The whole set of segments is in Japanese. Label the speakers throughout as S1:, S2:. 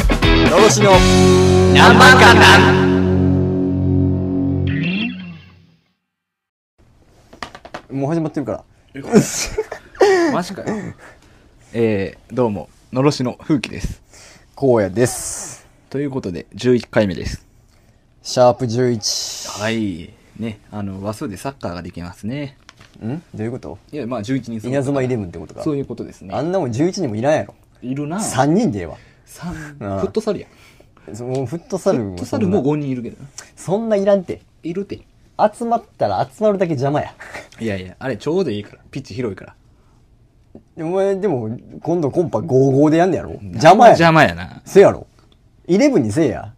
S1: 越しの何万かなん
S2: もう始まってるから。
S3: マジかよ。えー、どうも、のろしの風紀です。
S2: 荒野です。
S3: ということで、11回目です。
S2: シャープ11。
S3: はい。ね、あの、和数でサッカーができますね。
S2: んどういうこと
S3: いや、まあ、11人
S2: 稲妻イレブンってことか。
S3: そういうことです
S2: あ
S3: ね。
S2: んなもん11人もいらんやろ。
S3: いるな
S2: 3人でええわ。
S3: 三
S2: ああ
S3: フットサルや。
S2: そもうフット
S3: フ
S2: サル
S3: ッ
S2: も
S3: ト
S2: そ
S3: サ
S2: んな
S3: ルも5人いるけどな。
S2: そんないらんて。
S3: いるて。
S2: 集まったら集まるだけ邪魔や。
S3: いやいや、あれちょうどいいから。ピッチ広いから。
S2: お前、でも、今度コンパ55でやんねやろ邪魔や。
S3: 邪魔やな。
S2: せやろ。イレブンにせえや。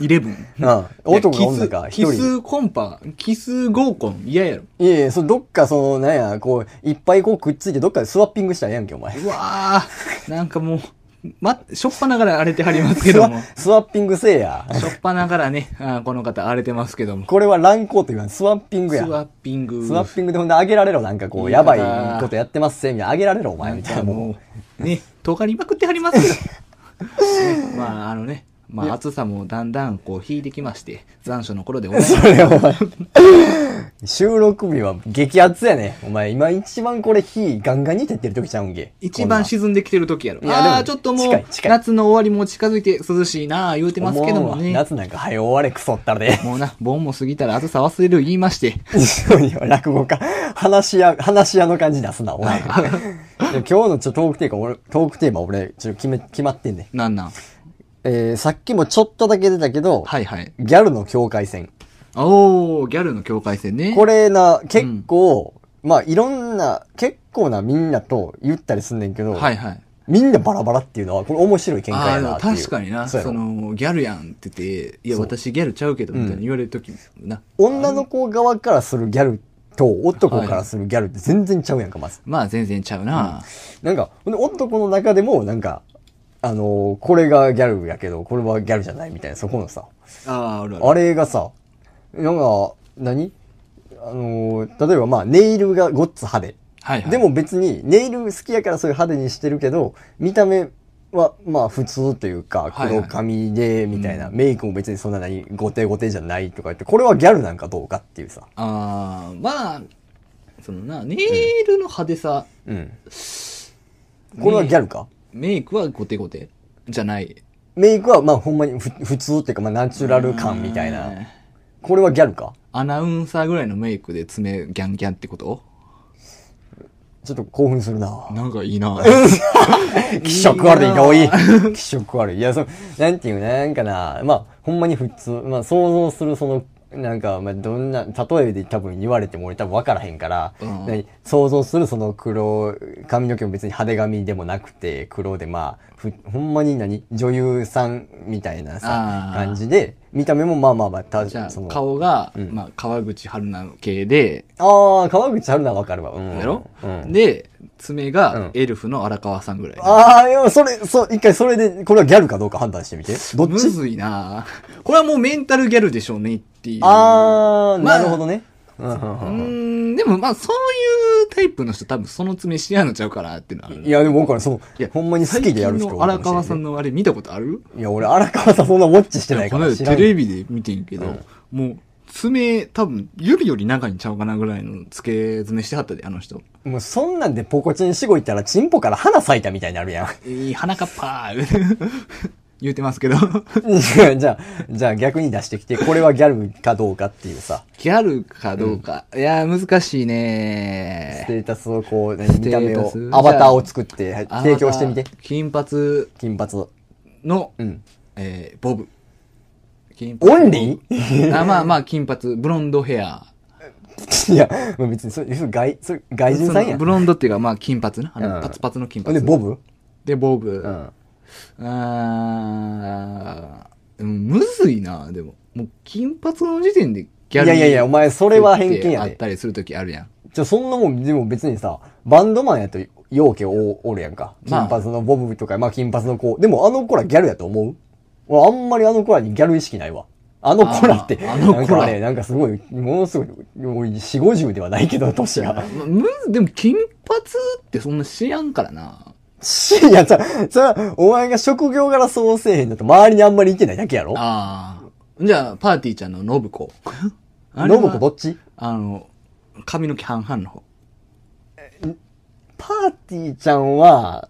S3: イレブン。
S2: うん。男が女
S3: い
S2: か、
S3: や
S2: 一
S3: キスキ
S2: 人。
S3: スコンパ、キス合コン、嫌やろ。
S2: いやいや、そどっかその、なんや、こう、いっぱいこうくっついてどっかでスワッピングしたらええやんけ、お前。
S3: うわー、 なんかもう、ま、しょっぱながら荒れてはりますけ
S2: ス
S3: ど
S2: ワ
S3: も。し
S2: スワッピングせえや。
S3: ょっぱながらね、あーこの方荒れてますけども。
S2: これは乱行と言わん、スワッピン
S3: ス
S2: グや。
S3: ワッピング。
S2: スワッピングでほんで上げられろ、なんかこう、
S3: いい
S2: や
S3: 方
S2: ばいことやってますせ、みたいな。上げられろ、お前、みたい
S3: な
S2: な。
S3: んか
S2: もう。
S3: もう、ね、尖りまくってはりますけど。 ねまあ、あのね、まあ、暑さもだんだんこう、引いてきまして、残暑の頃でございます。
S2: それ、お前。収録日は激アツやね。お前、今一番これ火ガンガンに照ってる時ちゃうんけ。
S3: 一番沈んできてる時やろ。
S2: いやでも
S3: ああー、ちょっともう
S2: 近い、近い
S3: 夏の終わりも近づいて涼しいなあ言うて
S2: こんな
S3: ま
S2: ん
S3: すけども
S2: 思うわ
S3: ね。
S2: 夏なんか早終われ、クソったらで。
S3: もうな、盆も過ぎたら暑さ忘れる言いまして。
S2: 落語家、話し屋、話し屋の感じ出すな、お前。いや今日のちょトークテーマ、俺、トークテーマ俺、ちょっと決め、決まってんね。
S3: なんなん。
S2: えー、さっきもちょっとだけ出たけど、
S3: はいはい。
S2: ギャルの境界線。
S3: おー、ギャルの境界線ね。
S2: これな、結構、まあいろんな、結構なみんなと言ったりすんねんけど、
S3: はいはい。
S2: みんなバラバラっていうのは、これ面白い見
S3: あ
S2: 解
S3: あ
S2: や
S3: ー、で
S2: な
S3: も
S2: っていう。
S3: 確かにな、
S2: そうや
S3: そ
S2: ろ
S3: の、ギャルやんって言って、いや、
S2: そう
S3: 私ギャルちゃうけど、みたいに言われる時な。
S2: 女の子側からするギャルと男からするギャルって全然ちゃうやんか、まず。
S3: まあ、全然ちゃうな。
S2: なんか、ほんで男の中でも、なんか、あのーこれがギャルやけど、これはギャルじゃないみたいな、そこのさ、
S3: ああー、あるある。
S2: あれがさ、なんか、何あのー例えばまあ、ネイルがごっつ派手。
S3: はいはい。
S2: で、も別にネイル好きやからそういう派手にしてるけど見た目はまあ普通というか
S3: はいはい
S2: 黒髪でみたいな、メイクも別にそんなにゴテゴテじゃないとか言ってこれはギャルなんかどうかっていうさ
S3: ああ、まあ、そのな、ネイルの派手さ、
S2: うんこれはギャルか、
S3: メイクはゴテゴテじゃない。
S2: メイクはまあほんまにふ普通っていうかまあナチュラル感みたいな
S3: ね
S2: これはギャルか
S3: アナウンサーぐらいのメイクで爪ギャンギャンってこと
S2: ちょっと興奮するな
S3: なんかいいな
S2: 気色悪い遠い 気色悪いいやそうなんていうなんかなまあほんまに普通まあ想像するそのなんか、まあ、どんな例えで多分言われても俺多分分からへんから、
S3: うん
S2: 何想像するその黒髪の毛も別に派手髪でもなくて黒でまあふほんまに何女優さんみたいなさ
S3: あー
S2: 感じで見た目もまあまあまあた
S3: じゃ
S2: そ
S3: あ、
S2: の
S3: 顔が、
S2: うん
S3: まあ、川口春奈系で、
S2: ああ川口春奈分かるわうん
S3: やろ、
S2: うん、
S3: で、爪
S2: うん
S3: がエルフの荒川さんぐらい。
S2: ああいやそれそう一回それでこれはギャルかどうか判断してみてどっ
S3: む
S2: ち
S3: ずいなこれはもうメンタルギャルでしょうねっていう。
S2: あー、
S3: まあ
S2: なるほどね。
S3: うーん、でもまあそういうタイプの人多分その爪知らんのちゃうからっていうのはある
S2: いや、でも僕はそう
S3: いや、
S2: ほんまに好きでやる
S3: 最近
S2: 人多い
S3: の
S2: かも
S3: 荒
S2: しれんね
S3: 川さんのあれ見たことある
S2: いや、俺、荒川さんそんなウォッチしてない
S3: こ
S2: か
S3: の
S2: ら
S3: 間
S2: 知
S3: テ
S2: らん。
S3: レビで見てんけど、もう爪多分指より長いんちゃうかなぐらいの付け爪してはったで、あの人。
S2: もうそんなんでポコチンしごいたら、チンポから花咲いたみたいになるやん。
S3: えー、鼻かっぱー 言うてますけど。
S2: じゃあ、じゃあ逆に出してきて、これはギャルかどうかっていうさ、
S3: ギャルかどうか。いやー、難しいねー
S2: ステータスをこう、何見た目を
S3: ステータ、ス
S2: アバターを作って、はい
S3: あ
S2: 提供してみて
S3: ま。た金髪
S2: 金髪。
S3: の、
S2: うん。
S3: えーボブ。金
S2: オンリ
S3: ーあまあまあ、金髪、ブロンドヘア。
S2: いや、もう別にそれ、それ外、それ外人さん
S3: その
S2: やん。
S3: ブロンドっていうか、まあ、金髪な。あの、
S2: うん
S3: パツパツの金
S2: ほん
S3: 髪。
S2: で、ボブ
S3: で、ボブ。
S2: う
S3: あ
S2: ん。
S3: あーうんむずいな、でも。もう、金髪の時点でギャル
S2: いやいやいやお前それは偏見やで
S3: あったりするときあるやん。
S2: じゃあそんなもん、でも別にさ、バンドマンやと陽気おおるやんか。
S3: ま
S2: 金
S3: あ
S2: 髪のボブとか、まあ金髪の子。でもあの子らギャルやと思う俺あんまりあの子らにギャル意識ないわ。あの子らって、
S3: あーあの子ら
S2: なんかね、なんかすごい、ものすごい、もう四五十ではないけど、年が。
S3: まあむずでも、金髪ってそんな知らんからな。
S2: し、いや、じゃそれは、お前が職業柄そうせえへんだと、周りにあんまりいてないだけやろ
S3: ああ。じゃあ、パーティーちゃんの信子。 あれは
S2: 信子どっち
S3: あの、髪の毛半々の方。
S2: パーティーちゃんは、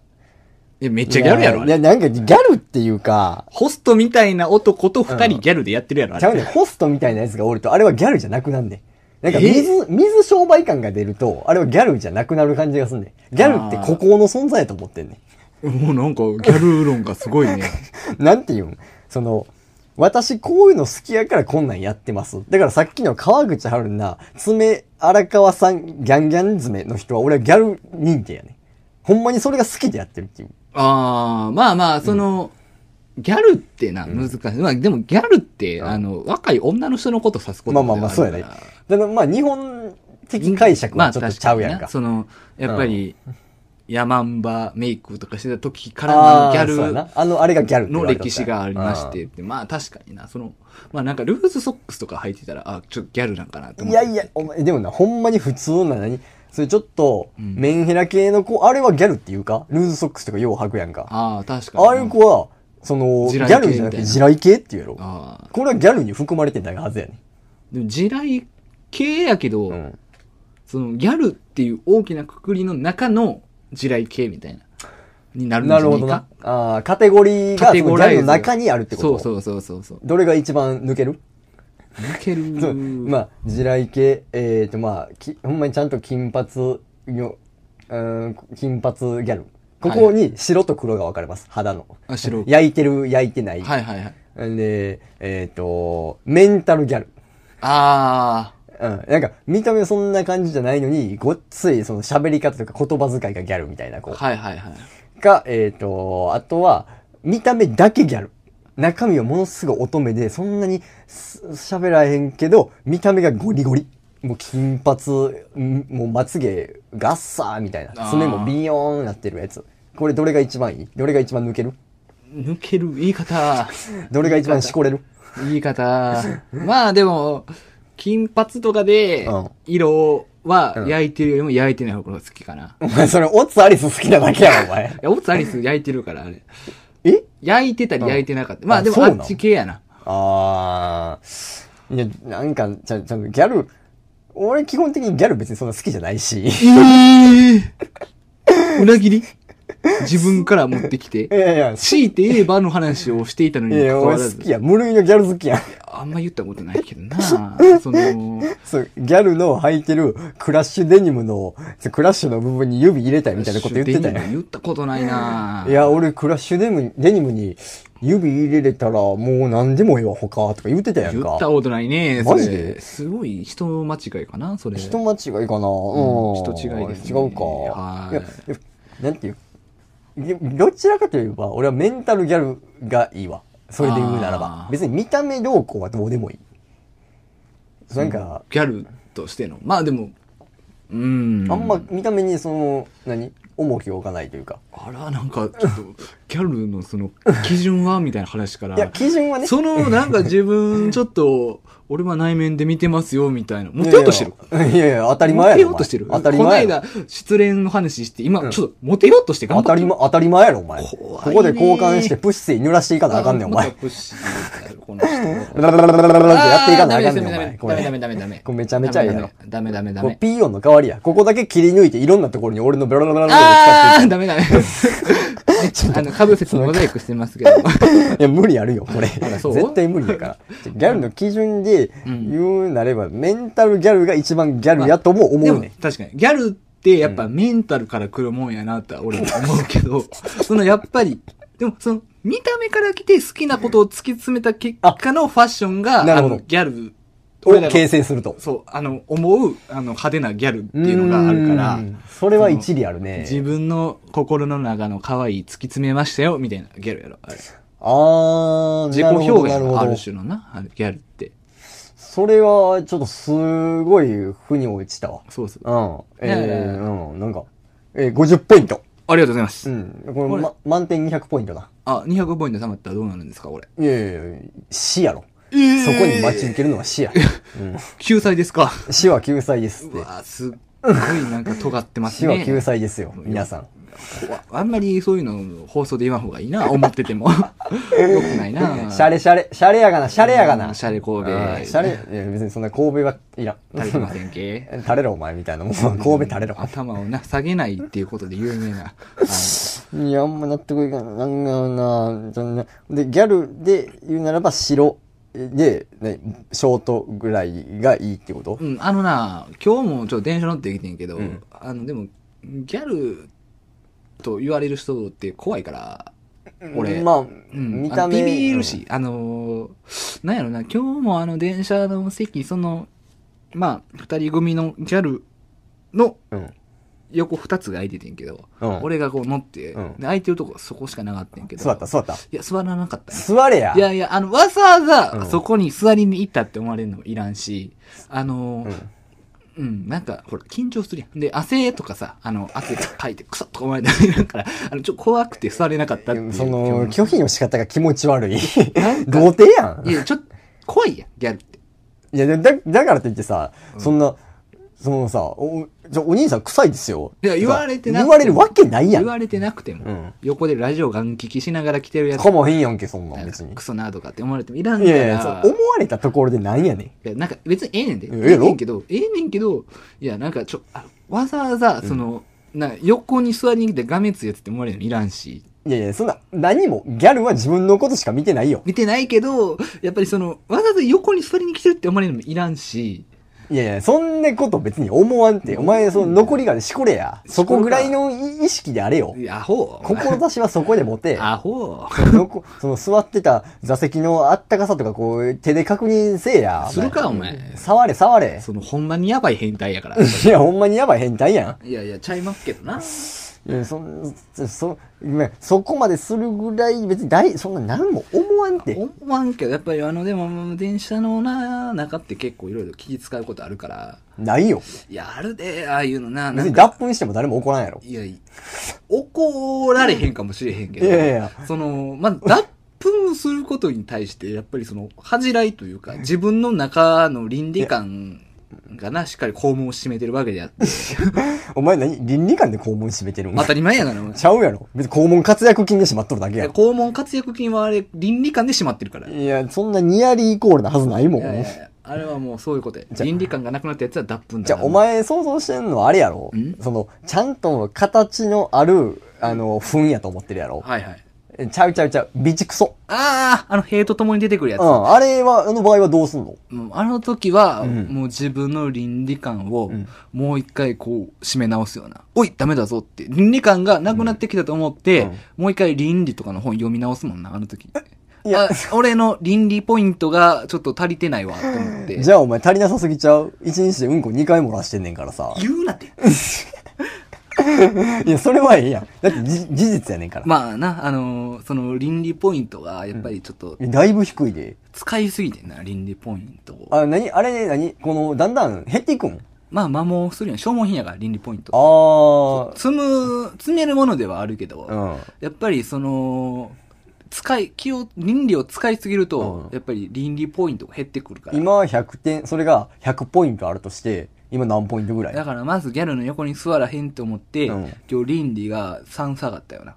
S3: いやめっちゃギャルやろ、あ
S2: いや、
S3: れ。
S2: なんかギャルっていうか、
S3: ホストみたいな男と二人ギャルでやってるやろ、あ
S2: ちゃう
S3: れ。
S2: ねんホストみたいなやつがおると、あれはギャルじゃなくなんねん。なんか
S3: え
S2: 水、水商売感が出ると、あれはギャルじゃなくなる感じがすんねん。ギャルって孤高の存在やと思ってんね
S3: もうなんか、ギャル論がすごいね。
S2: ん。 なんていうんその、私こういうの好きやからこんなんやってます。だからさっきの川口春奈、爪荒川さん、ギャンギャン爪の人は俺はギャル認定やねん。ほんまにそれが好きでやってるっていう。
S3: ああ、まあまあ、その、ギャルってな、難しい。まあ、でもギャルって、あの、若い女の人のこと指すこと
S2: まあまあまあ、そうやね。だからまあ日本的解釈はちょっとちゃうやん
S3: まあ
S2: か。
S3: 確になその、やっぱり、ヤマンバメイクとかしてた時か
S2: あ
S3: らの
S2: ー
S3: ギ
S2: そうや
S3: ャ
S2: なあの、あれがギャルっ
S3: ル
S2: て
S3: の
S2: 言われとっ
S3: 歴
S2: た
S3: 史
S2: やん
S3: がありまして、でまあ確かにな、その、まあなんかルーズソックスとか履いてたら、あ、ちょっとギャルなんかなと思
S2: い
S3: って。
S2: やいや、お前、でもな、ほんまに普通な、何それちょっと、メンヘラ系の子、あれはギャルっていうかルーズソックスとかよう履くやんか。
S3: ああ、確かに。
S2: ああいう子は、その、
S3: 地
S2: ギ
S3: 雷系
S2: ャルじゃなく
S3: みた
S2: て
S3: いな
S2: 地雷系っていうやろ。
S3: ああ。
S2: これはギャルに含まれてないはずやね
S3: でも地雷系やけど、
S2: ん。うん。
S3: そのギャルっていう大きなくくりの中の地雷系みたいな、になるんじゃ
S2: な
S3: な
S2: るほ
S3: い
S2: どな
S3: か。。
S2: ああ、カテゴリーが、
S3: カ
S2: そ
S3: テ
S2: のギ
S3: ゴ
S2: ャ
S3: ライ
S2: ル
S3: ズ
S2: の中にあるってこと
S3: そうそうそうそうそう。
S2: どれが一番抜ける
S3: 抜ける。
S2: そうまあ、地雷系、えっ、と、まあき、ほんまにちゃんと金髪よ、うーん、金髪ギャル。ここに白と黒が分かれます、肌の。
S3: あ白
S2: 焼いてる、焼いてない。
S3: はいはいはい。
S2: で、えっ、と、メンタルギャル。
S3: あ
S2: うん。なんか、見た目そんな感じじゃないのに、ごっつい、その喋り方とか言葉遣いがギャルみたいな
S3: あ。
S2: 子。
S3: はいはいはい。
S2: が、えっ、と、あとは、見た目だけギャル。中身はものすごい乙女で、そんなにす喋らへんけど、見た目がゴリゴリ。もう金髪、んもうまつげガッサーみたい
S3: あ
S2: な。
S3: ー
S2: 爪もビヨーンなってるやつ。これどれが一番いいどれが一番抜ける
S3: 抜ける言い方。
S2: どれが一番しこれる
S3: 言い方。まあでも、金髪とかで
S2: うん、
S3: 色は焼いてるよりも焼いてない方が好きかな。い
S2: お前それ、オッツアリス好きなだけやろ、お 前。
S3: や、オツアリス焼いてるから、あれ。
S2: え
S3: 焼いてたり焼いてなかった。まあ
S2: あ
S3: でも
S2: そう
S3: あ
S2: なの
S3: っち系やな。
S2: ああ。いや、なんか、ちゃ、ちゃ、ギャル、俺基本的にギャル別にそんな好きじゃないし。
S3: ええ裏切り自分から持ってき
S2: いや
S3: て。
S2: いや、い
S3: 強いて言えばの話をしていたのに
S2: やい
S3: 関
S2: や、
S3: わら
S2: 俺
S3: ず
S2: 好。きや。無類のギャル好きや。
S3: あんま言ったことないけどなその、
S2: そう、ギャルの履いてるクラッシュデニムの、そうクラッシュの部分に指入れたいみたいなこと言ってた
S3: デニ
S2: や。
S3: ム言ったことないなん
S2: いや、俺クラッシュデニムデニムに指入れれたらもう何でもええわ、他、とか言ってたやん
S3: 言った
S2: か。
S3: ことないね。
S2: マジ
S3: それ
S2: です
S3: ごい人間違いかな、それ。
S2: 人間違いかな、うん、
S3: 人違いですね
S2: 違うか。
S3: はい
S2: ややなんていういどちらかといえば、俺はメンタルギャルがいいわ。それで言うならば
S3: あ。ー
S2: 別に見た目良好はどうでもいい。なんか、
S3: ギャルとしての。まあでも、うーん。
S2: あんま見た目にその、何重きを置かないというか。
S3: あら、なんか、ちょっと、 ギャルのその、基準はみたいな話から。
S2: いや、基準はね。
S3: その、なんか自分、ちょっと、俺は内面で見てますよ、みたいな。モテようとしてる。
S2: いやいやいやいや、当たり前
S3: モ
S2: やろ。
S3: テようとしてる。
S2: お前当たり前
S3: この
S2: やろ。
S3: 間、失恋の話して、今、ちょっと、モテようとして頑張
S2: 当
S3: って
S2: た
S3: る
S2: り前、当たり前やろ、お前。
S3: 怖いね
S2: ここで交換して、プッシー濡らしていかなあかんねん、お前。
S3: またプッシュになるこの 人
S2: ララララララララって やっていかなあかんねん、お
S3: ダメ
S2: 前。
S3: です
S2: こ
S3: ダメダメ。
S2: れ
S3: ダメダメダメ
S2: これめちゃめちゃええやろ
S3: ダメダメダ
S2: これ
S3: メ。
S2: ピーヨンの代わりや。ここだけ切り抜いて、いろんなところに俺のブラララ
S3: あ
S2: ラララ
S3: ー
S2: を
S3: ダメダメ。あの、かぶせてモザイクしてますけ ど。
S2: 使ってる。いや、無理あるよ、これ。
S3: らそう
S2: 絶対無理やから。ギャルの基準で言うなれば、メンタルギャルが一番ギャルやとも
S3: で
S2: 思う
S3: も
S2: ねん。
S3: 確かに、ギャルってやっぱメンタルから来るもんやなとは俺は思うけ ど、そのやっぱり、でもその、見た目から来て好きなことを突き詰めた結果のファッションが、
S2: なる
S3: あ
S2: ほど
S3: の、ギャル、俺らが
S2: を形成すると。
S3: そう、あの、思う、あの、派手なギャルっていうのがあるから
S2: う、んそれは一理あるね。
S3: 自分の心の中の可愛い突き詰めましたよ、みたいなギャルやろ。あれ
S2: あー、
S3: 自己表
S2: なるほど
S3: 現
S2: なるほど
S3: ある種のな、あのギャルって。
S2: それは、ちょっとすごい、腑に落ちたわ。
S3: そうそう。
S2: うん。え
S3: ねえ
S2: ー、うん、なんか、えー、50ポイント。
S3: ありがとうございま
S2: う
S3: す。
S2: ん。これ、
S3: これ
S2: ま、満点200ポイントだ。
S3: あ、200ポイント貯まったらどうなるんですか、これ。
S2: いやいやいや、死やろ。
S3: え
S2: そこに待ち受けるのは死や。
S3: 救済ですか。
S2: 死は救済ですっ
S3: う
S2: て。
S3: わーすっごいなんか尖ってます
S2: 死
S3: ね。
S2: は救済ですよ、皆さん。
S3: あんまりそういうの放送で言わん方がいいな、思ってて も。よくないな。
S2: シャレシャレ、シャレやがな、シャレやが
S3: う
S2: な。
S3: んシャレ神戸
S2: うんシャレ、いや別にそんな神戸はいらん。
S3: 足りませんけ
S2: 垂れろお前みたいなもん。 神戸垂れろ。
S3: 頭をな、下げないっていうことで有名な。
S2: いや、あんま納得いかない。なんな、そんな。で、ギャルで言うならば白で、ね、ショートぐらいがいいってこと、
S3: うん、あのな、今日もちょっと電車乗ってきてんけど、
S2: うん
S3: あの、でも、ギャルと言われる人って怖いから、俺、
S2: まあ、
S3: うん、
S2: 見た目。
S3: あのビビるし、あのーなんやろな、今日もあの電車の席、その、まあ、二人組のギャルの
S2: うん。うん。
S3: 横二つが空いててんけど、
S2: うん
S3: 俺がこう乗って、
S2: うん
S3: で空いてるとこそこしかなかったんやけど。
S2: 座った、座った。
S3: いや、座らなかったね。
S2: 座れや。
S3: いやいや、あの、わざわ
S2: うん
S3: ざそこに座りに行ったって思われるのもいらんし、あのーうん、なんか、ほら、緊張するやん。で、汗とかさ、あの、汗かいて、くそっと思われたら嫌だから、あの、ちょっと怖くて座れなかったっていう。
S2: その、拒否の仕方が気持ち 悪い。
S3: なんか
S2: 童貞やん
S3: い。や、ちょっと、怖いやん、ギャルって。
S2: いや、でだ、だからといってさ、そんな、そのさ、お、じゃお兄さん臭いですよ。
S3: いや、言われてなくても。
S2: 言われるわけないやん。
S3: 言われてなくても。
S2: うん
S3: 横でラジオガン聞きしながら来てるやつ。
S2: かまへんやんけ、そんなん
S3: なん
S2: 別
S3: か
S2: に。
S3: クソなとかって思われてもいらん
S2: い
S3: から。
S2: やいや、そう思われたところでなんやねん。
S3: いや、なんか別にええねんで。
S2: ええ
S3: え
S2: や
S3: え
S2: ろ
S3: ねんけど、ええねんけど、いや、なんかちょ、あわざわざ、その、な横に座りに来て画面つやつって思われるのいらんし。
S2: いやいや、そんな、何も、ギャルは自分のことしか見てないよ。
S3: 見てないけど、やっぱりその、わざわざ横に座りに来てるって思われるのもいらんし。
S2: いやいや、そんなこと別に思わんって。お前、その残りがでしこれや。そこぐらいのい意識であれよ。
S3: いやアホ。
S2: 志はそこで持て。
S3: アホ。
S2: のこその座ってた座席のあったかさとかこう手で確認せえや。
S3: するか、お前。
S2: 触れ触れ。
S3: その、ほんまにやばい変態やから。
S2: いや、ほんまにやばい変態や
S3: いやいや、ちゃいますけどな。
S2: ん。いや、そ、そ、ごめんそこまでするぐらい、別に大、そんな何も思わんて。
S3: 思わんけど、やっぱりあの、でも、電車のな、中って結構いろいろ気使うことあるから。
S2: ないよ。
S3: いや、あるで、ああいうのな。な
S2: 別
S3: ん
S2: に
S3: か
S2: 脱粉しても誰も怒らんやろ。
S3: いや、い怒られへんかもしれへんけど。
S2: いやいや
S3: その、まず、脱粉することに対して、やっぱりその、恥じらいというか、自分の中の倫理観がな、しっかり肛門を占めてるわけであって。
S2: お前何倫理観で肛門締めてるん
S3: 当たり前やがな、お前
S2: ちゃうやろ。別に肛門活躍金でしまっとるだけ
S3: い
S2: や
S3: や肛門活躍金はあれ、倫理観で締まってるから。い
S2: いや、そんなニアリーイコールなはずないもん。
S3: やいやいやあれはもうそういうことや。
S2: じゃ
S3: 倫理観がなくなったやつは脱粉だ
S2: じゃあ、お前想像してんのはあれやろ
S3: ん
S2: その、ちゃんと形のある、あの、糞やと思ってるやろ
S3: はいはい。
S2: えちゃうちゃうちゃう。備蓄そ。
S3: ああ、あの、塀と共に出てくるやつ。
S2: うん。あれは、あの場合はどうすんの
S3: もうあの時は、
S2: うん
S3: もう自分の倫理観を
S2: ん、
S3: もう一回こう、締め直すような。おい、ダメだぞって。倫理観がなくなってきたと思って、
S2: うん
S3: もう一回倫理とかの本読み直すもんな、あの時。
S2: い
S3: あ
S2: や
S3: 俺の倫理ポイントがちょっと足りてないわ、と思って。
S2: じゃあお前足りなさすぎちゃう一日でうんこ2回漏らしてんねんから さ。
S3: 言うなって。
S2: いや、それはええやん。だってじ事実やねんから。
S3: まあな、あのーその倫理ポイントが、やっぱりちょっと
S2: い、やだいぶ低いで。
S3: 使いすぎてんな、倫理ポイントを。
S2: あ、なにあれなにこの、だんだん減っていくん
S3: まあ、摩耗するような消耗品やから、倫理ポイント。
S2: あ
S3: 積む、積めるものではあるけど、
S2: あ。うん。
S3: やっぱりその、使い、気を、倫理を使いすぎると、
S2: うん
S3: やっぱり倫理ポイントが減ってくるから。
S2: 今は100点、それが100ポイントあるとして、今何ポイントぐらい
S3: だからまずギャルの横に座らへんと思って、
S2: うん
S3: 今日倫理が3下がったよな。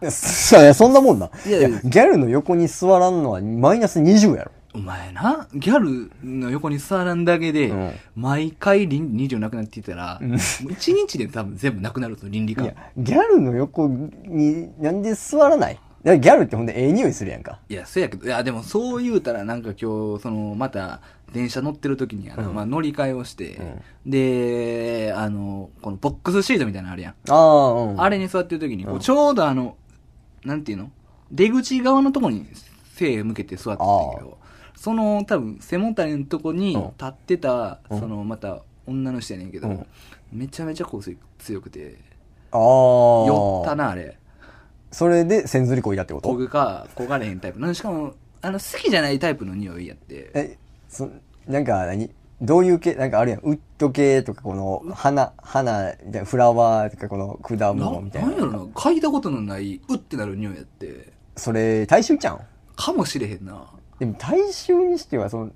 S2: いやそいやそんなもんな。
S3: いやいや
S2: いやギャルの横に座らんのはマイナス20やろ。
S3: お前な、ギャルの横に座らんだけで、
S2: うん
S3: 毎回倫理20なくなっていったら、もう1日で多分全部なくなるぞ、倫理
S2: い
S3: 観
S2: や。、ギャルの横に、なんで座らないだからギャルってほんでええ匂いするやんか。
S3: いや、そうやけど、いや、でもそう言うたらなんか今日、その、また、電車乗ってる時にあの、まあ、乗り換えをして、で、あの、このボックスシートみたいなのあるやん。
S2: ああ、うん。
S3: あれに座ってる時に、こうちょうどあの、なんていうの出口側のとこに背向けて座ってたんやけど、その多分背もたれのとこに
S2: うん
S3: 立ってた、そのまた女の人やねんけど、
S2: うん
S3: めちゃめちゃ香水強くて、
S2: ああ。
S3: 酔ったな、あれ。
S2: それで千ずりこいだってこ
S3: 焦
S2: と
S3: ぐか、焦がれへんタイプ。なんしかも、あの、好きじゃないタイプの匂いやって。
S2: え、そ、なんか何どういう系なんかあるやん。ウッド系とか、この、花、花、みたいなフラワーとか、この果
S3: な
S2: 物みたい
S3: なんや
S2: な。
S3: ろな、嗅いだことのない、うってなる匂いやって、
S2: それ、大衆ちゃうん
S3: かもしれへんな。
S2: でも大衆にしてはその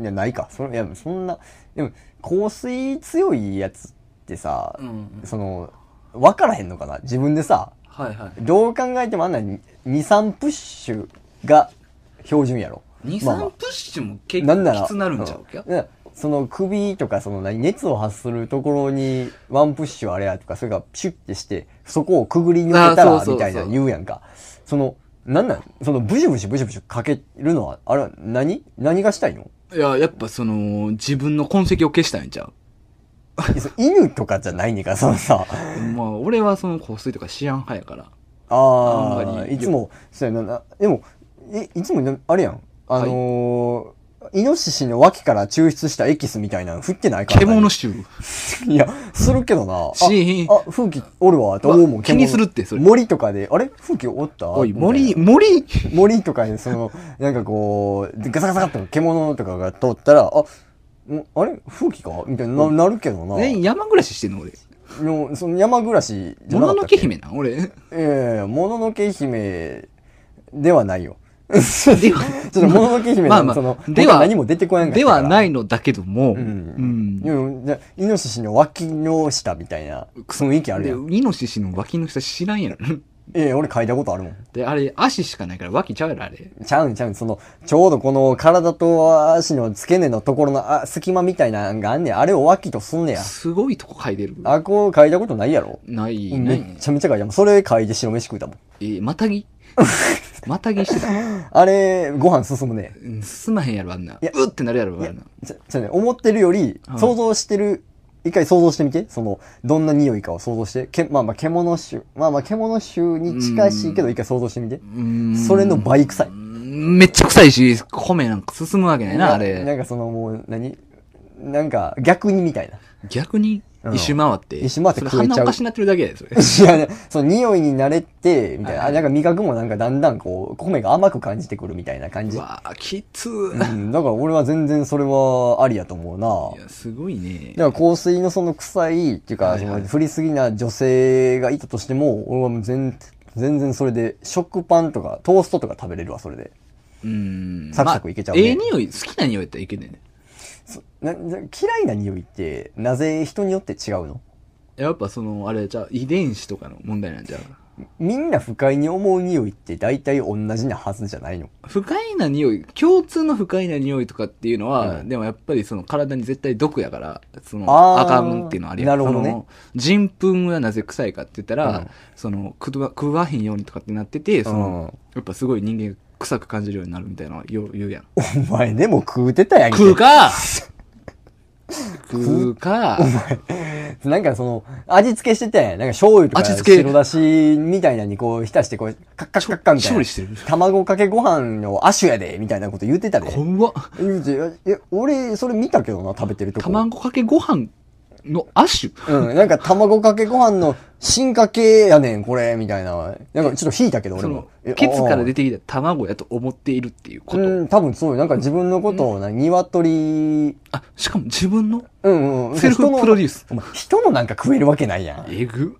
S2: いやないかそのいやそんなでも香水強いやつってさ、
S3: うん
S2: その分からへんのかな自分でさ、
S3: はいはい。
S2: どう考えてもあんなに2、3プッシュが標準やろ。
S3: 2、
S2: まあまあ
S3: 3プッシュも結
S2: なんなら、
S3: 構きつなるんちゃうか
S2: んんその首とかその何熱を発するところにワンプッシュあれやとか、それがシュッてして、そこをくぐり抜けた
S3: あー
S2: ら
S3: そうそうそう
S2: みたいなの言うやんか。その、なんなんそのブシュブシュブシュブシュかけるのは、あれは何何 がしたいの
S3: いや、やっぱその、自分の痕跡を消したいんちゃう
S2: そ犬とかじゃないねんから、そのさ。
S3: まあ、俺はその香水とか知らん派やから。
S2: あ
S3: あんま
S2: あ、
S3: り
S2: いつも、そうやなな、でも、え、いつもな、あれやん。あのーイノシシの脇から抽出したエキスみたいなの振ってないから。
S3: 獣臭。
S2: いや、するけどな。あ
S3: し
S2: あ、風紀おるわ、と思うも。
S3: うんわ気にするってそれ
S2: 森とかで、あれ風紀おった
S3: おい、
S2: みたな
S3: 森、森
S2: 森とかに、その、なんかこう、ガサガサガサって獣とかが通ったら、あ、んあれ風紀かみたいにななるけどな。
S3: え、山暮らししてんの俺。
S2: でもその山暮らしじゃ
S3: も
S2: なか
S3: のの
S2: ったっけ
S3: け姫なん俺。
S2: ええもののけ姫ではないよ。
S3: では、
S2: ちょっともののけ姫の、
S3: まあまあ
S2: その、
S3: で
S2: で
S3: は
S2: は何も出てこやんかった
S3: で
S2: から
S3: はないのだけども、う
S2: うんん。い。やじゃあイノシシの脇の下みたいな雰囲気ある
S3: で、
S2: やん。
S3: イノシシの脇の下知らんやろ。
S2: ええ俺書いたことあるもん。
S3: で、あれ、足しかないから脇ちゃうやろ、あれ。
S2: ちゃうんちゃうん。その、ちょうどこの体と足の付け根のところのあ隙間みたいなんがあんねん。あれを脇とすんねや。
S3: すごいとこ嗅いでる。
S2: あ、こう書いたことないやろ。
S3: ない、な
S2: めっ
S3: い。
S2: ちゃめちゃ書いたもん。それ書いて白飯食うたもん。
S3: えーまた ぎまたぎしてた。
S2: あれ、ご飯進むね。
S3: うんすまへんやろ、あんな。
S2: や
S3: うってなるやろ、あんな。
S2: ちょ、ちょね、思ってるより
S3: は、い
S2: 想像してる、一回想像してみて、その、どんな匂いかを想像して、けまあまあ、獣臭、まあまあ、獣臭に近しいけど、一回想像してみて。
S3: うん
S2: それの倍臭い。
S3: めっちゃ臭いし、米なんか進むわけないな、あ
S2: な
S3: れ。
S2: んかその、もう、何なんか、逆にみたいな。
S3: 逆に
S2: う、ん
S3: 一周回って。
S2: 一周回って
S3: それ
S2: 食えちゃう
S3: 鼻おかしになってるだけ やで、それ。
S2: いや、ね、その匂いに慣れて、みたいな。
S3: は
S2: あ
S3: い
S2: なんか味覚もなんかだんだんこう、米が甘く感じてくるみたいな感
S3: う
S2: じ。
S3: わぁ、きつ
S2: う
S3: ー。。
S2: ん、だから俺は全然それはありやと思うない
S3: や、すごいね。
S2: だから香水のその臭いっていうか、
S3: はいはい
S2: その振りすぎな女性がいたとしても、俺はもう全全然それで、食パンとかトーストとか食べれるわ、それで。
S3: うん。
S2: サクサクいけちゃうね
S3: まあええ匂い、好きな匂いやったらいけね
S2: そなな嫌いな匂いって、なぜ人によって違うの
S3: え。やっぱその、あれ、じゃあ遺伝子とかの問題なんじゃう
S2: みんな不快に思う匂いって大体同じなはずじゃないの。
S3: 不快な匂い、共通の不快な匂いとかっていうのは、
S2: うん
S3: でもやっぱりその体に絶対毒やから、その、
S2: あー
S3: あかんっていうのはあるやん
S2: なるほどね
S3: その人糞はなぜ臭いかって言ったら、
S2: うん
S3: その食わ、食わへんようにとかってなってて、その、
S2: うん
S3: やっぱすごい人間が臭く感じるようになるみたいなのよう言うやん。
S2: お前でも食うてたやんけ。
S3: 食うか食うか
S2: なんかその、味付けしてて、なんか醤油とか
S3: 味付け
S2: 白だしみたいなにこう浸してこう、カッカッカッカッみたい
S3: 調
S2: な
S3: 理してる。
S2: 卵かけご飯のアシュやで、みたいなこと言ってたで。
S3: 怖っ。
S2: ゆうじえ、え俺、それ見たけどな、食べてるとこ。
S3: 卵かけご飯の亜種
S2: うん、なんか卵かけご飯の進化系やねん、これ、みたいな。なんかちょっと引いたけど、俺
S3: そ
S2: も
S3: の。ケツから出
S2: て
S3: てきた卵やと思っているっていうこと、
S2: うん、多分そうよ。なんか自分のことをな、鶏、うん
S3: あしかも自分の
S2: うん。
S3: セルフプロデュー
S2: ス。
S3: ス
S2: お前人のなんか食えるわけないやん。
S3: えぐ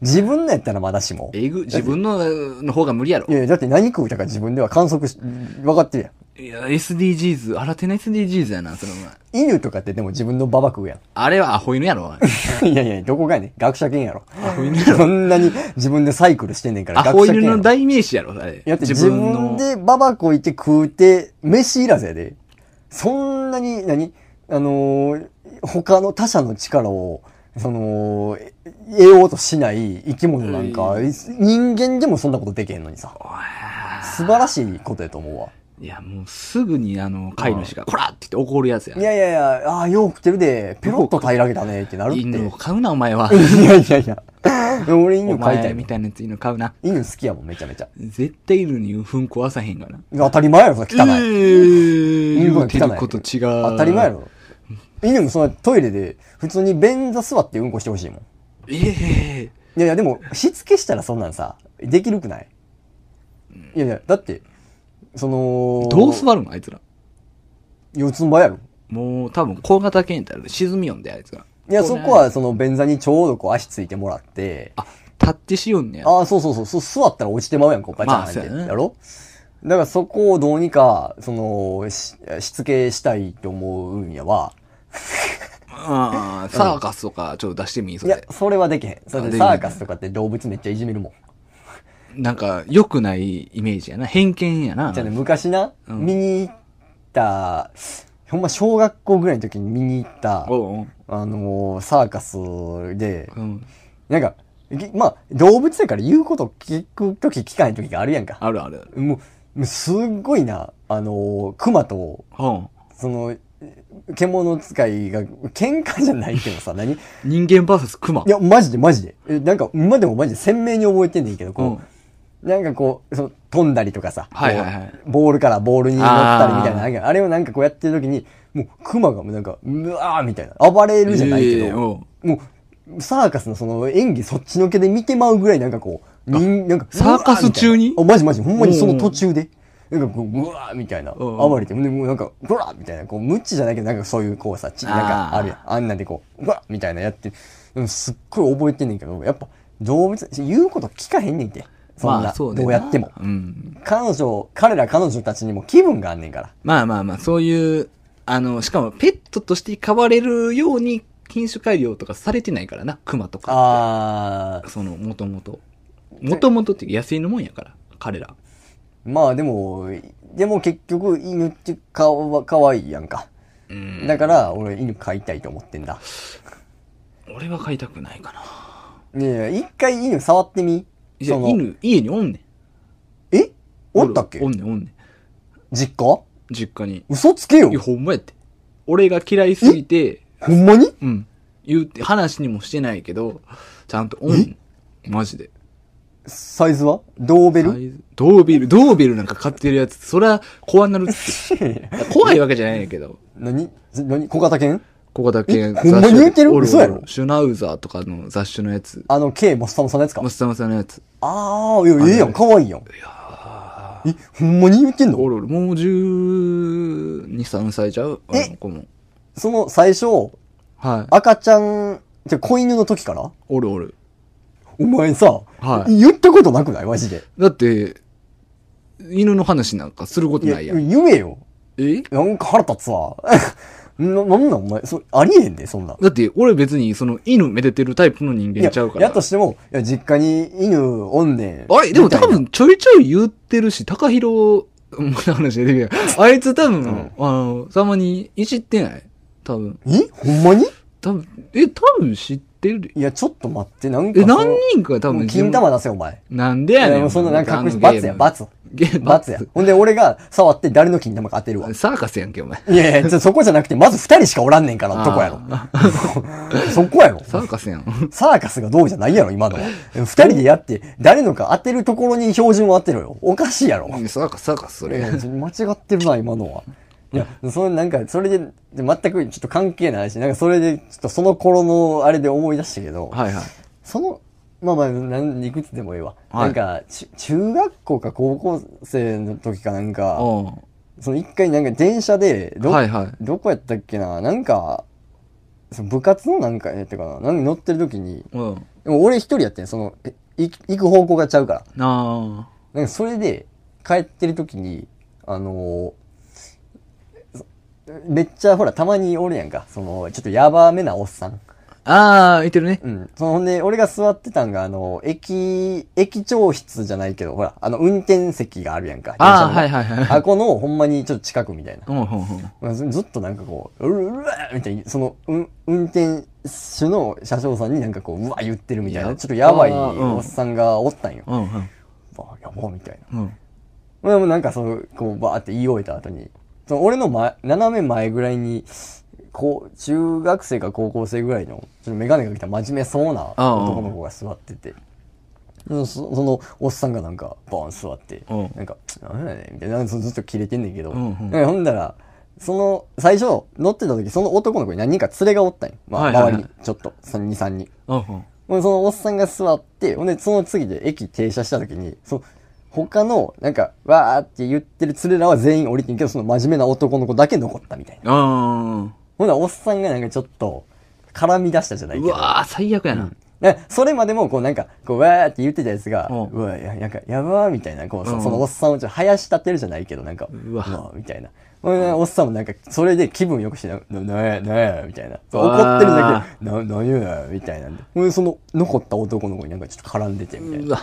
S2: 自分のやったらまだしも。い
S3: えぐ自分のの方が無理やろ
S2: やいや、だって何食うたか自分では観測し、分かってるやん。
S3: いや SDGs 新手な SDGs やなその
S2: 犬とかってでも自分のババ食うやん。
S3: あれはアホ犬やろおい
S2: いやいや、どこがやねん。 学者犬やろ。
S3: ホ犬
S2: そんなに自分でサイクルしてんねんから、
S3: ア
S2: 学
S3: ホ
S2: 者犬
S3: 犬
S2: やろ
S3: の。代名詞やろあれ
S2: いやだって自分でババこいて食うて、飯いらずやで。そんなに、何あのー他の他者の力を、その、え得ようとしない生き物なんか、い人間でもそんなことできへんのにさ。
S3: おい
S2: 素晴らしいことやと思うわ。
S3: いやもうすぐにあの飼い主が「こら!」って言って怒るやつや
S2: いやいやいや、ああー、よう食ってるで、ペロッと平らげたねってなるって。
S3: 犬を
S2: い
S3: 飼うなお前は
S2: やいやいや。でも俺犬
S3: お
S2: 飼いた
S3: 前
S2: いも
S3: み
S2: ん。
S3: たいなやつ犬飼うな
S2: 犬好きやもん、めちゃめちゃ。
S3: 絶対犬に糞壊さへんがな
S2: 当たり前やろ、それ汚い。
S3: い
S2: 犬
S3: 言
S2: は汚
S3: う
S2: い
S3: てること違う
S2: 当たり前やろ。犬もそのトイレで普通に便座座ってうんこしてほしいもん。
S3: ええ
S2: いやいや、でも、しつけしたらそんなんさ、できるくないいやいや、だって、その、
S3: どう座るのあいつら
S2: 四つん這いやろ。
S3: もう多分小型犬ってある沈みよんであいつが
S2: いや、そこはその便座にちょうどこう足ついてもらって、
S3: あ立ってしよんねや
S2: ああ、そうそうそうそう、座ったら落ちてまうやん、こう、バチャーンって。
S3: まあそうやね
S2: やろだからそこをどうにか、その、ししつけしたいと思うんやわ。
S3: あーサーカスとかちょっと出してみいそ
S2: いや
S3: れ、
S2: それはできへん。そ
S3: あ
S2: れ
S3: でき
S2: で
S3: ない
S2: サーカスとかって動物めっちゃいじめるもん。
S3: なんか良くないイメージやな偏見やな
S2: じゃあね、昔な、見に行った、ほんま小学校ぐらいの時に見に行った、
S3: おうおう
S2: あのーサーカスで、
S3: うん
S2: なんか、ぎまあ、動物やから言うこと聞く時聞かない時があるやんか。
S3: あるある
S2: もう、もうすっごいな、あのー、熊と、
S3: うん
S2: その、獣使いが、喧嘩じゃないけどさ、何い
S3: 人間 VS クマ
S2: や、マジでマジで。えなんか、今でもマジで鮮明に覚えてんねんけど、こう、なんかこう、その飛んだりとかさ、
S3: はいはいはい
S2: こうボールからボールに乗ったりみたいな、なんかあれをなんかこうやってる時に、もう熊がもうなんか、うわーみたいな、暴れるじゃないけど、
S3: ええお
S2: もう、サーカスのその演技そっちのけで見てまうぐらいなんかこう、人、なんか、
S3: サーカス中に
S2: うわーみたいなあ、マジマジ、ほんまにその途中で。なんかこう、うわーみたいな、
S3: うん
S2: 暴れて、でもうなんか、ほらーみたいな、こう、無知じゃないけど、なんかそういうこうさ、ちなん
S3: あー
S2: かあるやん。あんなんでこう、うわーみたいなやって、でもすっごい覚えてんねんけど、やっぱ、動物、言うこと聞かへんねんて。そんな、
S3: まあそうね
S2: どうやっても。
S3: うん
S2: 彼女、彼ら彼女たちにも気分があんねんから。
S3: まあまあまあ、そういう、あの、しかもペットとして飼われるように品種改良とかされてないからな、熊とか。
S2: あー、
S3: その、もともと。もともとっていうか野生のもんやから、彼ら。
S2: まあでも、でも結局、犬ってかわ、かわいいやんか。
S3: うん。
S2: だから、俺、犬飼いたいと思ってんだ。
S3: 俺は飼いたくないかな。
S2: ねえ、一回犬触ってみ。
S3: いや、
S2: その、
S3: 犬、家におんねん。
S2: えおったっけ
S3: おるおんねん、おんねん。
S2: 実家
S3: 実家に。
S2: 嘘つけよ
S3: いや、。ほんまやって。俺が嫌いすぎて、
S2: ほんまに
S3: うん。言うて、話にもしてないけど、ちゃんとおんねん。マジで。
S2: サイズはドーベ
S3: サ
S2: ル
S3: イズドーベル、ドーベルなんか飼ってるやつ、そりゃ、怖になるって。怖いわけじゃないんやけど。
S2: 何何小型犬
S3: ここだけ
S2: えほんまに言うてる
S3: おお
S2: 嘘やろ
S3: シュナウザーとかの雑種のやつ。
S2: あの、K モスタモさんのやつか
S3: モ。スタモさんのやつ。
S2: あー、いや、ええやん、かわいいやん。え、ほんまに言ってんの
S3: おるおる。もう12、3歳ちゃうあ
S2: え
S3: の子も。
S2: その、最初、
S3: はい。
S2: 赤ちゃん、じゃ、子犬の時から
S3: おるおる。
S2: お前さ、
S3: はい
S2: 言ったことなくないマジで。
S3: だって、犬の話なんかすること
S2: い
S3: な
S2: や、
S3: いやん。
S2: 夢よ。
S3: え
S2: なんか腹立つわ。 な、なんなんお前、そありえへんで、そんなん。
S3: だって、俺別にその犬めでてるタイプの人間ちゃうか
S2: い
S3: ら
S2: ややと。しても、いや、実家に犬おんねん。
S3: あれでも
S2: みたい
S3: 多
S2: な
S3: 分ちょいちょい言ってるし、高弘、また話出てるけど、あいつ多分、あの、たまにいじってない多分。
S2: えほんまに
S3: 多分、え、多分知ってる
S2: いや、ちょっと待って、なんか
S3: え、
S2: その。
S3: 何人か多
S2: もう
S3: 分
S2: 金玉出せ、お前。
S3: なんで
S2: い
S3: やね
S2: や、も
S3: ん。
S2: うそんな、なんか隠
S3: あ
S2: し、
S3: のゲーム
S2: 罰 や、罰。
S3: ゲーム
S2: 罰や。ほんで、俺が触って誰の金玉か当て るわ。
S3: サーカスやんけ、お前。
S2: いやいやちょ、そこじゃなくて、まず二人しかおらんねんから、とこやろ。 そこやろ。
S3: サーカスやん。
S2: サーカスがどうじゃないやろ、今のは。二人でやって、誰のか当てるところに標準を当てろよ。おかしいやろ。
S3: サーカス、サーカス、そ
S2: いや
S3: れ。
S2: 間違ってるな、今のは。いや、それなんか、それで、で全くちょっと関係ないし、なんかそれで、ちょっとその頃のあれで思い出したけど、
S3: はいはい。
S2: その、まあまあ、なんいくつでもいいわ。
S3: はい
S2: なんか、ち中学校か高校生の時かなんか、
S3: う
S2: その一回なんか電車で、ど、
S3: はいはい
S2: どこやったっけな、なんか、その部活のなんかやったかな、なんか乗ってる時に、
S3: ん。うん。
S2: でも俺一人やってん、その、えい行く方向がちゃうから。
S3: なあ。
S2: なんかそれで帰ってる時に、あのーそめっちゃほら、たまにおるやんか。その、ちょっとやばめなおっさん。
S3: あー、いてるね。
S2: うん。その、ほんで、俺が座ってたんが、あの、駅、駅長室じゃないけど、ほら、あの、運転席があるやんか。
S3: あー、
S2: 電車の
S3: はいはいはい。
S2: あこの、ほんまにちょっと近くみたいな。
S3: うん、うん、うん。
S2: まあずずっとなんかこう、うるうるみたいに、その、うん運転手の車掌さんになんかこう、うわ、言ってるみたい
S3: やっ
S2: な、
S3: ぱ
S2: ちょっとやばい
S3: うん
S2: おっさんがおったんよ。
S3: うん、うん。
S2: うわやばみたいな。
S3: うん。
S2: まあでもなんかその、こう、バーって言い終えた後に、その俺の前、斜め前ぐらいに、こう、中学生か高校生ぐらいの、ちょっとメガネかけた真面目そうな
S3: ああ
S2: 男の子が座ってて、そそそのおっさんがなんか、ボーン座って
S3: うん、
S2: なんか、なんやねんみたいな、なんかずっとキレてんねんけど、
S3: うんうん
S2: なんかほんだら、その、最初、乗ってた時、その男の子に何人か連れがおったんよ。まあ、
S3: はいはいはい
S2: 周りに、ちょっと、3、2、3人。
S3: うん、うん。
S2: ほんでそのおっさんが座って、ほんで、その次で駅停車した時に、その、他の、なんか、わーって言ってる連れらは全員降りてんけど、その真面目な男の子だけ残ったみたいな。
S3: あ
S2: ほんならおっさんがなんかちょっと、絡み出したじゃない
S3: ー。
S2: け
S3: う
S2: ど。
S3: わー、最悪やな。
S2: でそれまでも、こうなんか、こう、わーって言ってたやつが、
S3: うん
S2: うわ、やなんか、やばーみたいな、こう、そ
S3: うん
S2: そのおっさんをちょっと生やし立てるじゃないけど、なんか、
S3: うわ
S2: みたいな。ほんでおっさんもなんか、それで気分よくしてな、な、なや、なや、みたいな。そう怒ってるだけで、な、なやな、みたいなんで。ほんでその、残った男の子になんかちょっと絡んでて、みたいな。
S3: う
S2: も
S3: わ、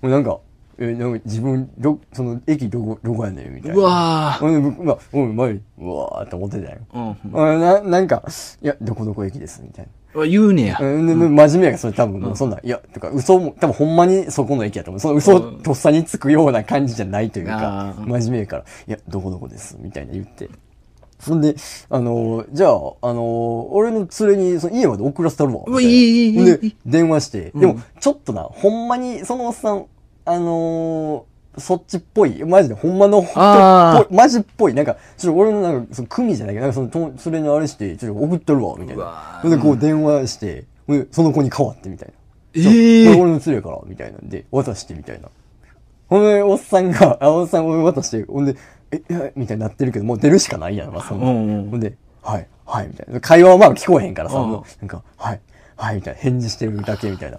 S3: うん
S2: うなんか、え、なんか自分、ど、その、駅どこ、どこやねん、みたいな。
S3: うわー
S2: ほんで僕が、おい、前に、うわーって思ってたよ。
S3: うん
S2: うんな、なんか、いや、どこどこ駅です、みたいな。
S3: うわ、言うねや。
S2: うん、でも真面目やから、それ多分、もうそんな、いや、とか、嘘も、多分ほんまにそこの駅やと思う。その嘘を
S3: うん
S2: とっさにつくような感じじゃないというか
S3: あ、ー
S2: 真面目やから、いや、どこどこです、みたいな言って。ほんで、あのー、じゃあ、あのー、俺の連れに、その家まで送らせたるわ。
S3: うわ
S2: みた
S3: いいいいいいいい
S2: で、電話して、
S3: うん
S2: でも、ちょっとな、ほんまに、そのおっさん、あのー、そっちっぽい、マジで、ほんまの人
S3: あ
S2: っぽい、マジっぽい、なんか、ちょっと俺のなんか、その組じゃないけど、なんかその友、それにあれして、ちょっと送ってるわ、みたいうな
S3: わ。
S2: それでこう電話して、ほんでその子に代わってみたいな。
S3: ええ
S2: これ俺の連れやから、みたいなんで、渡してみたいな。ほんで、おっさんが、あ、おっさん俺渡して、ほんで、え、いやみたいになってるけど、もう出るしかないやん、まあ、その。
S3: うんうん
S2: ほんで、はい、はい、みたいな。会話はまあ聞こえへんからさ、
S3: うん
S2: もうなんか、はい、はい、みたいな。返事してるだけ、みたいな。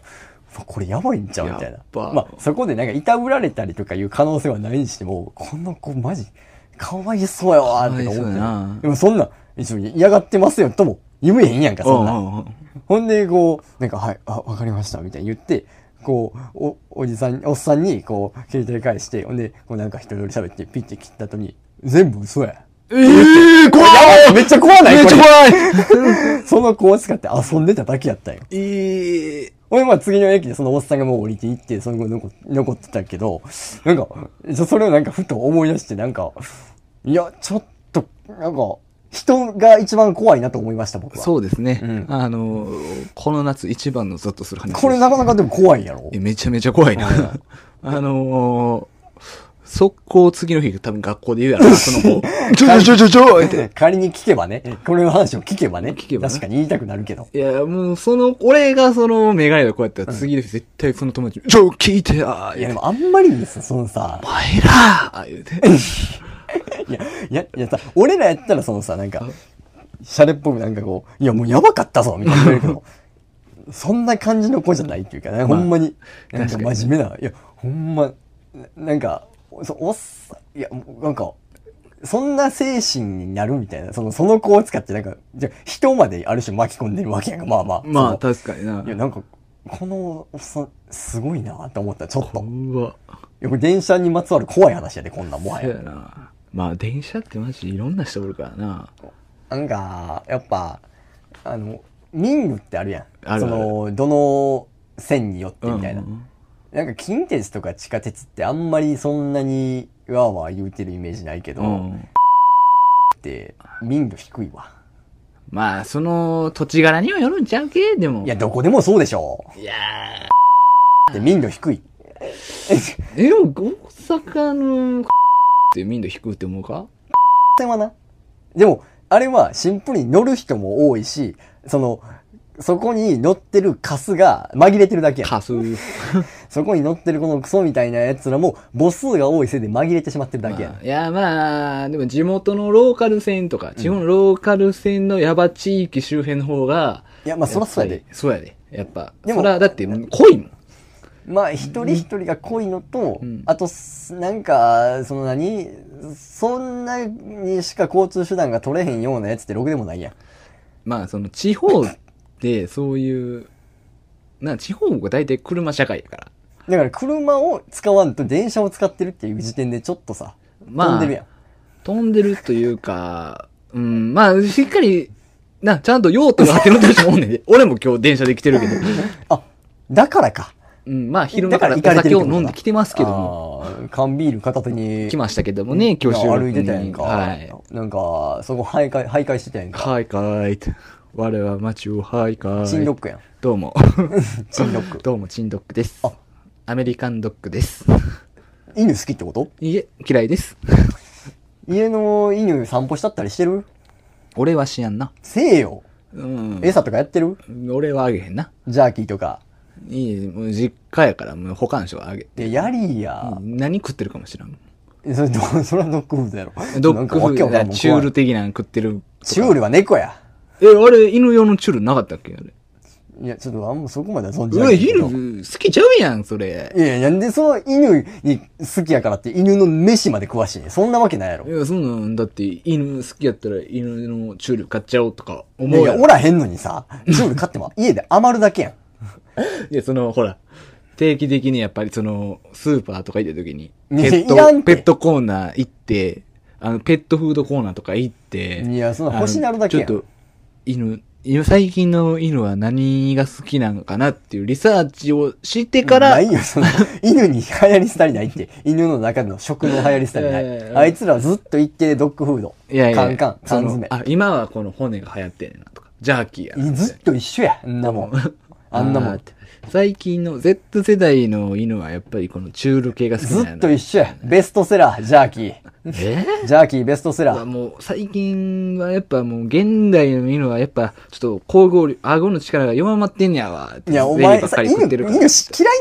S2: これやばいんちゃうみたいな
S3: やっ。ば
S2: まあ、そこでなんかいたぶられたりとかいう可能性はないにしても、この子マジ、かわいそうやわーって
S3: かわいそうや
S2: 思っ
S3: な
S2: て。でもそんな、一応嫌がってますよ、とも言えへんやんか、そんな。
S3: うんうんうん
S2: ほんで、こう、なんか、はい、あ、わかりました、みたいに言って、こう、お、おじさん、おっさんに、こう、携帯返して、ほんで、こうなんか一人で喋って、ピッて切った後に、全部嘘や。
S3: ええ怖い
S2: やばいめっちゃ怖ない
S3: めっ
S2: こ
S3: ちゃ
S2: れ
S3: 怖い
S2: その子を使って遊んでただけやったんよ。
S3: ええ
S2: 俺、まあ、次の駅でそのおっさんがもう降りていって、その子残残ってたけど、なんか、ちょそれをなんかふと思い出して、なんか、いや、ちょっと、なんか、人が一番怖いなと思いました、僕は。
S3: そうですね。
S2: うん
S3: あのー、この夏一番のゾッとする話です。
S2: これなかなかでも怖いやろ
S3: え。めちゃめちゃ怖いな。 あのー、速攻次の日、多分学校で言うやろな、その子。 ちょちょちょちょちょって。
S2: 仮に聞けばね、これの話を聞けばね、
S3: 聞けばね
S2: 確かに言いたくなるけど。
S3: いや、もう、その、俺がその、メガネでこうやったら、次の日絶対その友達に、ちょ、聞いてやー
S2: い
S3: い
S2: や、
S3: や
S2: で、もあんまりにさ、そのさ
S3: お、前らー言うて。
S2: いや、いや、いやさ、俺らやったらそのさ、なんか、シャレっぽくなんかこう、いや、もうやばかったぞみたいな言われるけど、そんな感じの子じゃないっていうかね、ほんまに、なんか
S3: 確かに
S2: 真面目な、いや、ほんま、ななんか、そおっさん、いや、もうなんか、そんな精神になるみたいな、その、その子を使って、なんか、じゃあ人まである種巻き込んでるわけやんか、まあまあ。
S3: ま
S2: そ
S3: あ、
S2: の
S3: 確かにない
S2: や、。なんか、このおっさん、すごいなと思った、ちょっと。
S3: うわ。
S2: いやこれ電車にまつわる怖い話やで、こんなんもは
S3: そうや
S2: や。
S3: な。まあ、電車ってマジいろんな人おるからな。
S2: なんか、やっぱ、あの、民具ってあるやん。
S3: あるある
S2: その、どの線によってみたいな。
S3: うんうん
S2: なんか、近鉄とか地下鉄ってあんまりそんなに、わーわー言うてるイメージないけど、
S3: うん。うん
S2: って、民度低いわ。
S3: まあ、その、土地柄にはよるんちゃうけでも。
S2: いや、どこでもそうでしょ
S3: いやー
S2: う。で、民度低い。
S3: え、でも大阪のって民度低いって思うか
S2: 線はな。でも、あれはシンプルに乗る人も多いし、その、そこに乗ってるカスが紛れてるだけやん。
S3: か、そういう。
S2: そこに乗ってるこのクソみたいなやつらも母数が多いせいで紛れてしまってるだけやん。
S3: まあいや、まあ、でも地元のローカル線とか、地方のローカル線のヤバ地域周辺の方が、
S2: いや、まあそらそうや
S3: っ
S2: で
S3: ぱ。り。そうやで。やっぱ、
S2: で
S3: で
S2: も
S3: もそら、だって、濃いもん。
S2: まあ一人一人が濃いのと、
S3: うん
S2: あと、なんか、その何そんなにしか交通手段が取れへんようなやつってろくでもないやん。
S3: まあ、その、地方で、そういう、な、地方が大体車社会やから。
S2: だから車を使わんと電車を使ってるっていう時点でちょっとさ、
S3: まあ
S2: 飛んでるやん。
S3: 飛んでるというか、 うん、まあ、しっかり、な、ちゃんと用途があって乗ってる人もおんねんで。俺も今日電車で来てるけど。
S2: あ、だからか。
S3: うん、まあ、昼間から
S2: だ
S3: お
S2: から行かれて
S3: 酒
S2: る
S3: を飲んできてますけども。
S2: あー缶ビール片手に。
S3: 来ましたけどもね、今日収録
S2: 歩い
S3: に
S2: てたやんか。
S3: はい。
S2: なんか、そこ徘徊、徘徊してたやんか。
S3: はいかーいって。我は街をはいかーい。
S2: チンドックやん。
S3: どう も。
S2: チンドック。
S3: どうも、チンドックです
S2: あ。
S3: アメリカンドッグです。
S2: 犬好きってこと
S3: いいえ、嫌いです。
S2: 家の犬散歩したったりしてる
S3: 俺は知らんな。
S2: せえよ。
S3: うん。
S2: 餌とかやってる
S3: 俺はあげへんな。
S2: ジャーキーとか。
S3: いいえ、もう実家やから、もう保管所あげ。
S2: で、やりや。
S3: 何食ってるかもしらん。
S2: それ、どそれはドッグフードやろ。
S3: ドッグフードやチュール
S2: ル。
S3: 的なの食ってる。
S2: チュールは猫や。
S3: え、あれ、犬用のチュールなかったっけあれ。
S2: いや、ちょっとあんまそこまでは存じ
S3: う
S2: な
S3: わ、
S2: いけ
S3: 犬
S2: ど。
S3: 好きちゃうやん、それ。
S2: いやいや、なんでその犬に好きやからって犬の飯まで詳しいねんそんなわけないやろ
S3: い。や、そんなん、だって、犬好きやったら犬のチュール買っちゃおうとか
S2: い
S3: 思
S2: や
S3: う
S2: い
S3: や
S2: や、
S3: ん。
S2: おらへんのにさ、ジュール買っても家で余るだけやん。
S3: いや、その、ほら、定期的にやっぱりその、スーパーとか行った時に、
S2: いや
S3: ペット
S2: いらん、て
S3: ペットコーナー行って、あの、ペットフードコーナーとか行って、
S2: いやそんな欲しなるだけやん
S3: あのちょっと、犬、犬、最近の犬は何が好きなのかなっていうリサーチをしてから、
S2: ないよ、その、犬に流行り廃りないって。犬の中の食の流行り廃りな
S3: えーえ
S2: い。
S3: ー
S2: あいつらずっと一定ドッグフード。
S3: いやいや、
S2: カンカン、
S3: その
S2: 缶詰。
S3: あ、今はこの骨が流行ってんねんなとか、ジャーキーやな。
S2: ずっと一緒や、あんなもん。あんなも
S3: ーっ
S2: ん。
S3: て最近の Z 世代の犬はやっぱりこのチュール系が好き
S2: ず
S3: なんや
S2: っ
S3: な
S2: と一緒や。ベストセラー、ジャーキー。
S3: え
S2: ジャーキーベストセ
S3: ー、
S2: ラー。
S3: もう最近はやっぱもう現代の犬はやっぱちょっと交互力、顎の力が弱まってんねやわ。
S2: いや、お前
S3: ばっ
S2: さ、
S3: かり
S2: 犬、
S3: 食って
S2: 犬
S3: るから
S2: 嫌。い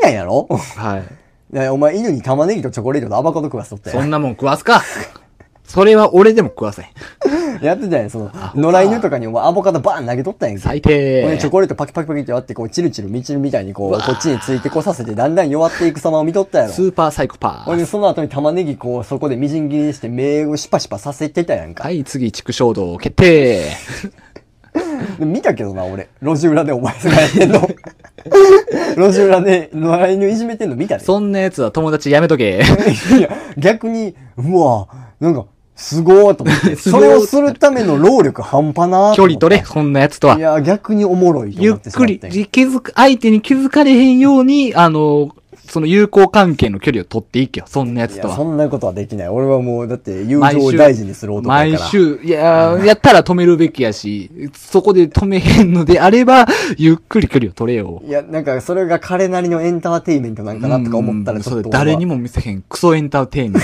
S2: なんやろ
S3: はい。
S2: いやお前犬に玉ねぎとチョコレートとアバコと食わしとった
S3: そ
S2: やん
S3: んなもん食わすかそれは俺でも食わせん。
S2: やってたやん、その、野良犬とかにお前アボカドバーン投げとったやんけ。
S3: 最
S2: これチョ
S3: 低。
S2: コレートパキパキパキって割って、こう、チルチルみちるみたいにこう、こっちについてこさせて、だんだん弱っていく様を見とったやろ
S3: ス。ーパーサイコパ
S2: ほん
S3: ー。
S2: で、その後に玉ねぎこう、そこでみじん切りにして、目をシパシパさせてたやんか。
S3: はい、次、畜生道決定。
S2: で見たけどな、俺。路地裏でお前がやって んの。路地裏で野良犬いじめてんの見たで。
S3: そんな奴は友達やめと け。
S2: いや、逆に、うわ、なんか、すごーと思っ て。
S3: す
S2: そ
S3: ごー
S2: れをするための労力半端なーと
S3: 距
S2: 思っ
S3: 離
S2: て。
S3: 取れ、そんな奴とはい
S2: や、逆におもろいと
S3: ゆ
S2: 思
S3: っ
S2: ってしま
S3: く
S2: って
S3: り、じ気づく、相手に気づかれへんように、あの、その友好関係の距離を取っていけよ、そんなや
S2: い
S3: つと
S2: や、
S3: は。
S2: そんなことはできない。俺はもう、だって、友
S3: 毎
S2: 情を
S3: 週
S2: 大事にする男だから。
S3: 毎週、いやー、やったら止めるべきやし、そこで止めへんのであれば、ゆっくり距離を取れよ。
S2: いや、なんか、それが彼なりのエンターテインメントなんかなとか思ったら、ちょ
S3: う
S2: っ
S3: んそ
S2: と
S3: う
S2: 俺は。
S3: 誰にも見せへん、クソエンターテインメン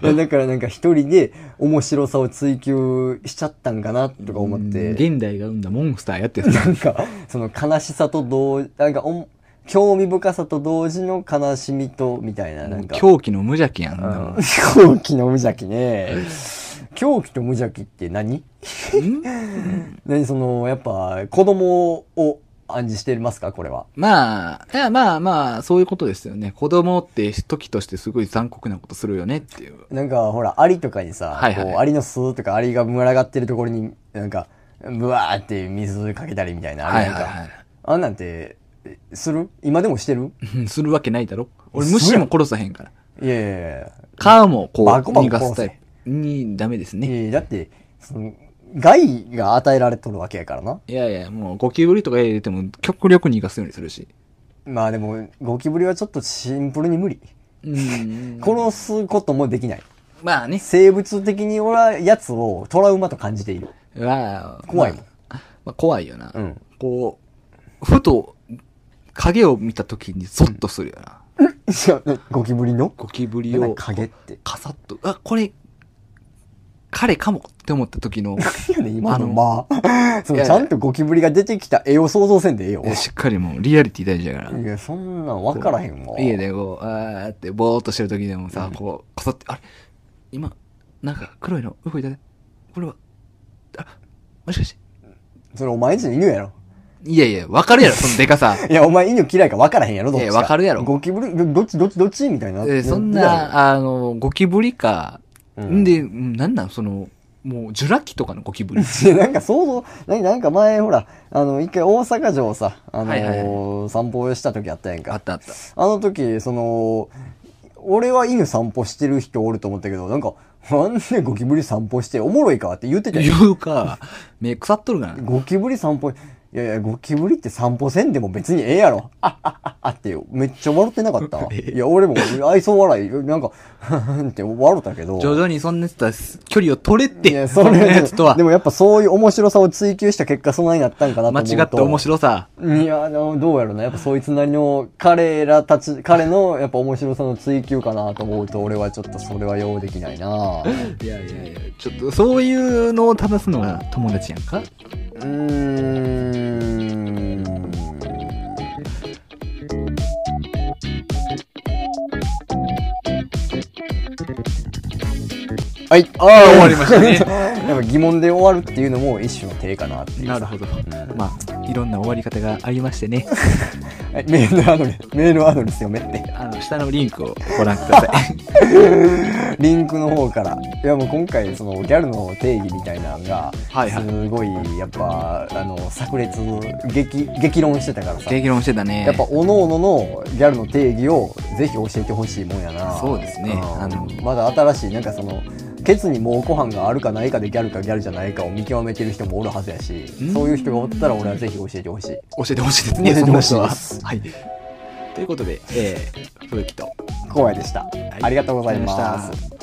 S3: ト。
S2: いや、だからなんか一人で面白さを追求しちゃったんかな、とか 思って。
S3: 現代が生んだモンスターやってさ。
S2: なんか、その悲しさと同、なんかお、興味深さと同時の悲しみと、みたいな、なんか。
S3: 狂気の無邪気やんなもん。
S2: 狂気の無邪気ね。狂気と無邪気って何何その、やっぱ、子供を暗示してますかこれは。
S3: まあ、いやまあまあ、そういうことですよね。子供って時としてすごい残酷なことするよねっていう。
S2: なんか、ほら、アリとかにさ、
S3: はいはい
S2: こうアリの巣とかアリが群がってるところに、なんか、ブワーって水かけたりみたいな、あれなんか、
S3: はいはいはい
S2: あんなんて、えする今でもしてる
S3: うんするわけないだろ。俺
S2: する
S3: 虫も殺さへんから。
S2: いやいやい
S3: 皮もこう、
S2: バコバコ
S3: 逃がすタイプ。に、ダメです
S2: や
S3: ね。
S2: いや、だって、その、害が与えられとるわけやからな。
S3: いやいや、もうゴキブリとか入れても極力逃がすようにするし。
S2: まあでも、ゴキブリはちょっとシンプルに無理。
S3: うん。
S2: 殺すこともできない。
S3: まあね。
S2: 生物的に俺はやつをトラウマと感じている。
S3: まあ、
S2: 怖いもん
S3: まあ、まあ怖いよな。
S2: うん
S3: こう、ふと、影を見た時にゾッとするよな。
S2: いや、ゴキブリの
S3: ゴキブリ
S2: なん
S3: を、
S2: か影って。
S3: カサッと、あ、これ、彼かもって思った時の、
S2: いやね、今の
S3: あの
S2: まあ。 そ
S3: いや
S2: の
S3: い
S2: ち
S3: や
S2: ゃんとゴキブリが出てきた絵を想像せんでええよ。
S3: いやしっかりもうリアリティ大事やから。
S2: いや、そんなん分からへんわ。
S3: 家でこう、あーってぼーっとしてる時でもさ、こう、こそって、あれ今、なんか黒いの動いたね。これは、あ、もしかして。
S2: それお前んちの犬やろ。
S3: いやいや、わかるやろ、そのデカ さ。
S2: いや、お前犬嫌いか分からへんやろ、どっち
S3: いや分かるやろ
S2: ゴキブリ、どどっちどっちどっちみたい
S3: え
S2: な。
S3: ーそん
S2: や
S3: な、あの、ゴキブリか。
S2: うん
S3: んで、うんなんなんその、もう、ジュラ紀とかのゴキブリ。
S2: ろ。いやなんか想像、なんかなんか前ほら、あの、一回大阪城をさ、あのー
S3: はいはい
S2: 散歩した時あ ったやん
S3: あ
S2: か
S3: っ。たあった。
S2: あの時、その、俺は犬散歩してる人おると思ったけど、なんか、なんでゴキブリ散歩しておもろいかって言ってた
S3: 言
S2: よ。
S3: うか、目腐っとるかな。
S2: ゴキブリ散歩、いやいや、ゴキブリって散歩せんでも別にええやろ。あっあっあっあってよ。めっちゃ笑ってなかったわ。いや、俺も愛想笑い、なんか、ふふんって笑ったけど。
S3: 徐々にそんなやつとは距離を取れっ
S2: い
S3: て、
S2: や、
S3: そ
S2: そ
S3: んな
S2: れ
S3: やつとは
S2: で。もやっぱそういう面白さを追求した結果、そんなになったんかなと思
S3: 間
S2: うと。
S3: 違った面白さ。
S2: いや、でもどうやろうな。やっぱそいつなりの、彼らたち、彼のやっぱ面白さの追求かなと思うと、俺はちょっとそれは用できないなう
S3: いやいやいや、ちょっと、そういうのを正すのが友達やんか
S2: ーん。はい、ああ、
S3: 終わりましたね
S2: やっぱ疑問で終わるっていうのも一種の手かなっていう。
S3: なるほど。まあ、いろんな終わり方がありましてね。
S2: はいメールアドレス、メールアドレス読めって。
S3: あの、下のリンクをご覧ください。
S2: リンクの方から。いやもう今回、そのギャルの定義みたいなのが、
S3: はいはい
S2: すごい、やっぱ、あの、炸裂、激、激論してたからさ。
S3: 激論してたね。
S2: やっぱ、おのののギャルの定義をぜひ教えてほしいもんやな。
S3: そうですね
S2: うん
S3: あの
S2: まだ新しい、なんかその、ケツにもうご飯があるかないかでギャルかギャルじゃないかを見極めてる人もおるはずやし
S3: う、ん
S2: そういう人がおったら俺はぜひ教えてほしい。
S3: 教えてほしいですね。
S2: 教えてほしい
S3: そんな
S2: で
S3: 人
S2: す
S3: ははい。ということで、えー、古木と。
S2: 怖いでした。ありがとうござい
S3: ありがとうございま
S2: ま
S3: し
S2: す
S3: た。